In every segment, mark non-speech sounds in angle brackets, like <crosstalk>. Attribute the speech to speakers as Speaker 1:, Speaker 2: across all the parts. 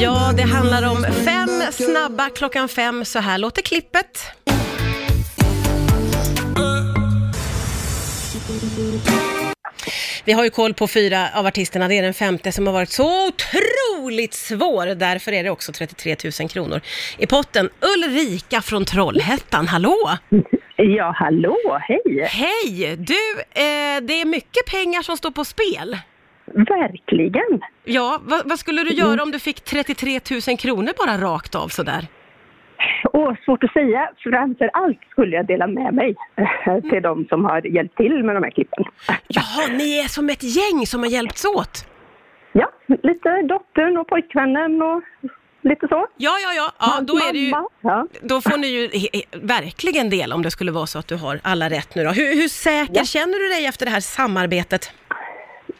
Speaker 1: Ja, det handlar om fem snabba klockan fem. Så här låter klippet. Vi har ju koll på fyra av artisterna. Det är den femte som har varit så otroligt svår. Därför är det också 33 000 kronor i potten. Ulrika från Trollhättan, hallå!
Speaker 2: Ja, hallå, hej!
Speaker 1: Hej! Du, eh, det är mycket pengar som står på spel.
Speaker 2: Verkligen!
Speaker 1: Ja, vad, vad skulle du göra om du fick 33 000 kronor bara rakt av sådär?
Speaker 2: Åh, svårt att säga. Framför allt skulle jag dela med mig <laughs> till de som har hjälpt till med de här klippen.
Speaker 1: Jaha, ni är som ett gäng som har hjälpts åt?
Speaker 2: Ja, lite dottern och pojkvännen och lite så.
Speaker 1: Ja, ja, ja. ja
Speaker 2: Hans
Speaker 1: då, är det ju,
Speaker 2: mamma. Ja.
Speaker 1: då får ni ju he- he- verkligen del om det skulle vara så att du har alla rätt nu då. Hur, hur säker
Speaker 2: Ja.
Speaker 1: känner du dig efter det här samarbetet?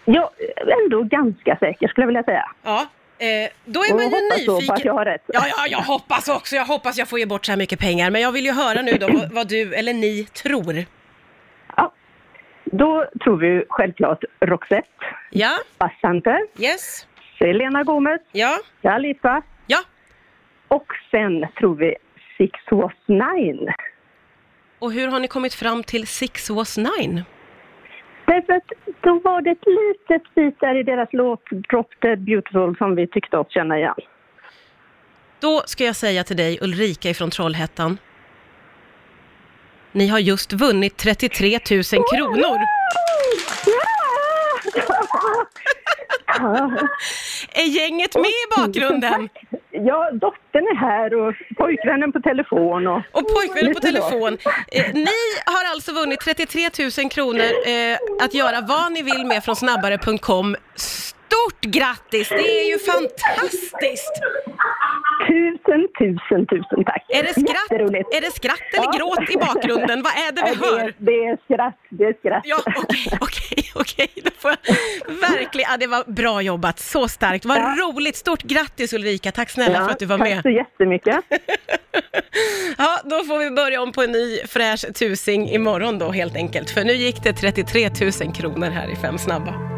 Speaker 2: Jag är ändå ganska säker skulle jag vilja säga.
Speaker 1: Ja, eh, då är
Speaker 2: Och
Speaker 1: man
Speaker 2: jag
Speaker 1: ju
Speaker 2: hoppas då på
Speaker 1: nyfiken.
Speaker 2: att jag har rätt.
Speaker 1: Ja, ja, jag hoppas också. Jag hoppas jag får ge bort så här mycket pengar. Men jag vill ju höra nu då vad, vad du eller ni tror.
Speaker 2: Ja. Då tror vi ju självklart Roxette,
Speaker 1: Ja,
Speaker 2: Bassante,
Speaker 1: yes,
Speaker 2: Selena Gomez,
Speaker 1: ja,
Speaker 2: Dua Lipa
Speaker 1: ja.
Speaker 2: och sen tror vi Six was nine.
Speaker 1: Och hur har ni kommit fram till Six was nine?
Speaker 2: Därför att då var det ett litet bit där i deras låt Drop Dead Beautiful som vi tyckte oss känna igen.
Speaker 1: Då ska jag säga till dig Ulrika ifrån Trollhättan. Ni har just vunnit 33 000 kronor. Är gänget med i bakgrunden?
Speaker 2: Ja, dottern är här och pojkvännen på telefon och
Speaker 1: Och pojkvännen på
Speaker 2: Lite då.
Speaker 1: telefon. Eh, ni har alltså vunnit 33 000 kronor eh, att göra vad ni vill med från snabbare.com. Stort grattis! Det är ju fantastiskt!
Speaker 2: tusen, tusen, tusen tack.
Speaker 1: Är det skratt,
Speaker 2: Jätteroligt.
Speaker 1: är det skratt eller
Speaker 2: Ja.
Speaker 1: gråt i
Speaker 2: <laughs>
Speaker 1: bakgrunden? Vad är det
Speaker 2: Nej,
Speaker 1: vi
Speaker 2: det,
Speaker 1: hör?
Speaker 2: är, det är skratt, det är skratt.
Speaker 1: Ja, okej, <laughs> okej, okej. Då får jag verkligen... Ja, det var bra jobbat. Så starkt. Vad roligt. Stort grattis Ulrika. Tack snälla för att du var
Speaker 2: tack
Speaker 1: med.
Speaker 2: så jättemycket.
Speaker 1: Ja, då får vi börja om på en ny fräsch tusing imorgon då helt enkelt. För nu gick det 33 000 kronor här i Fem snabba.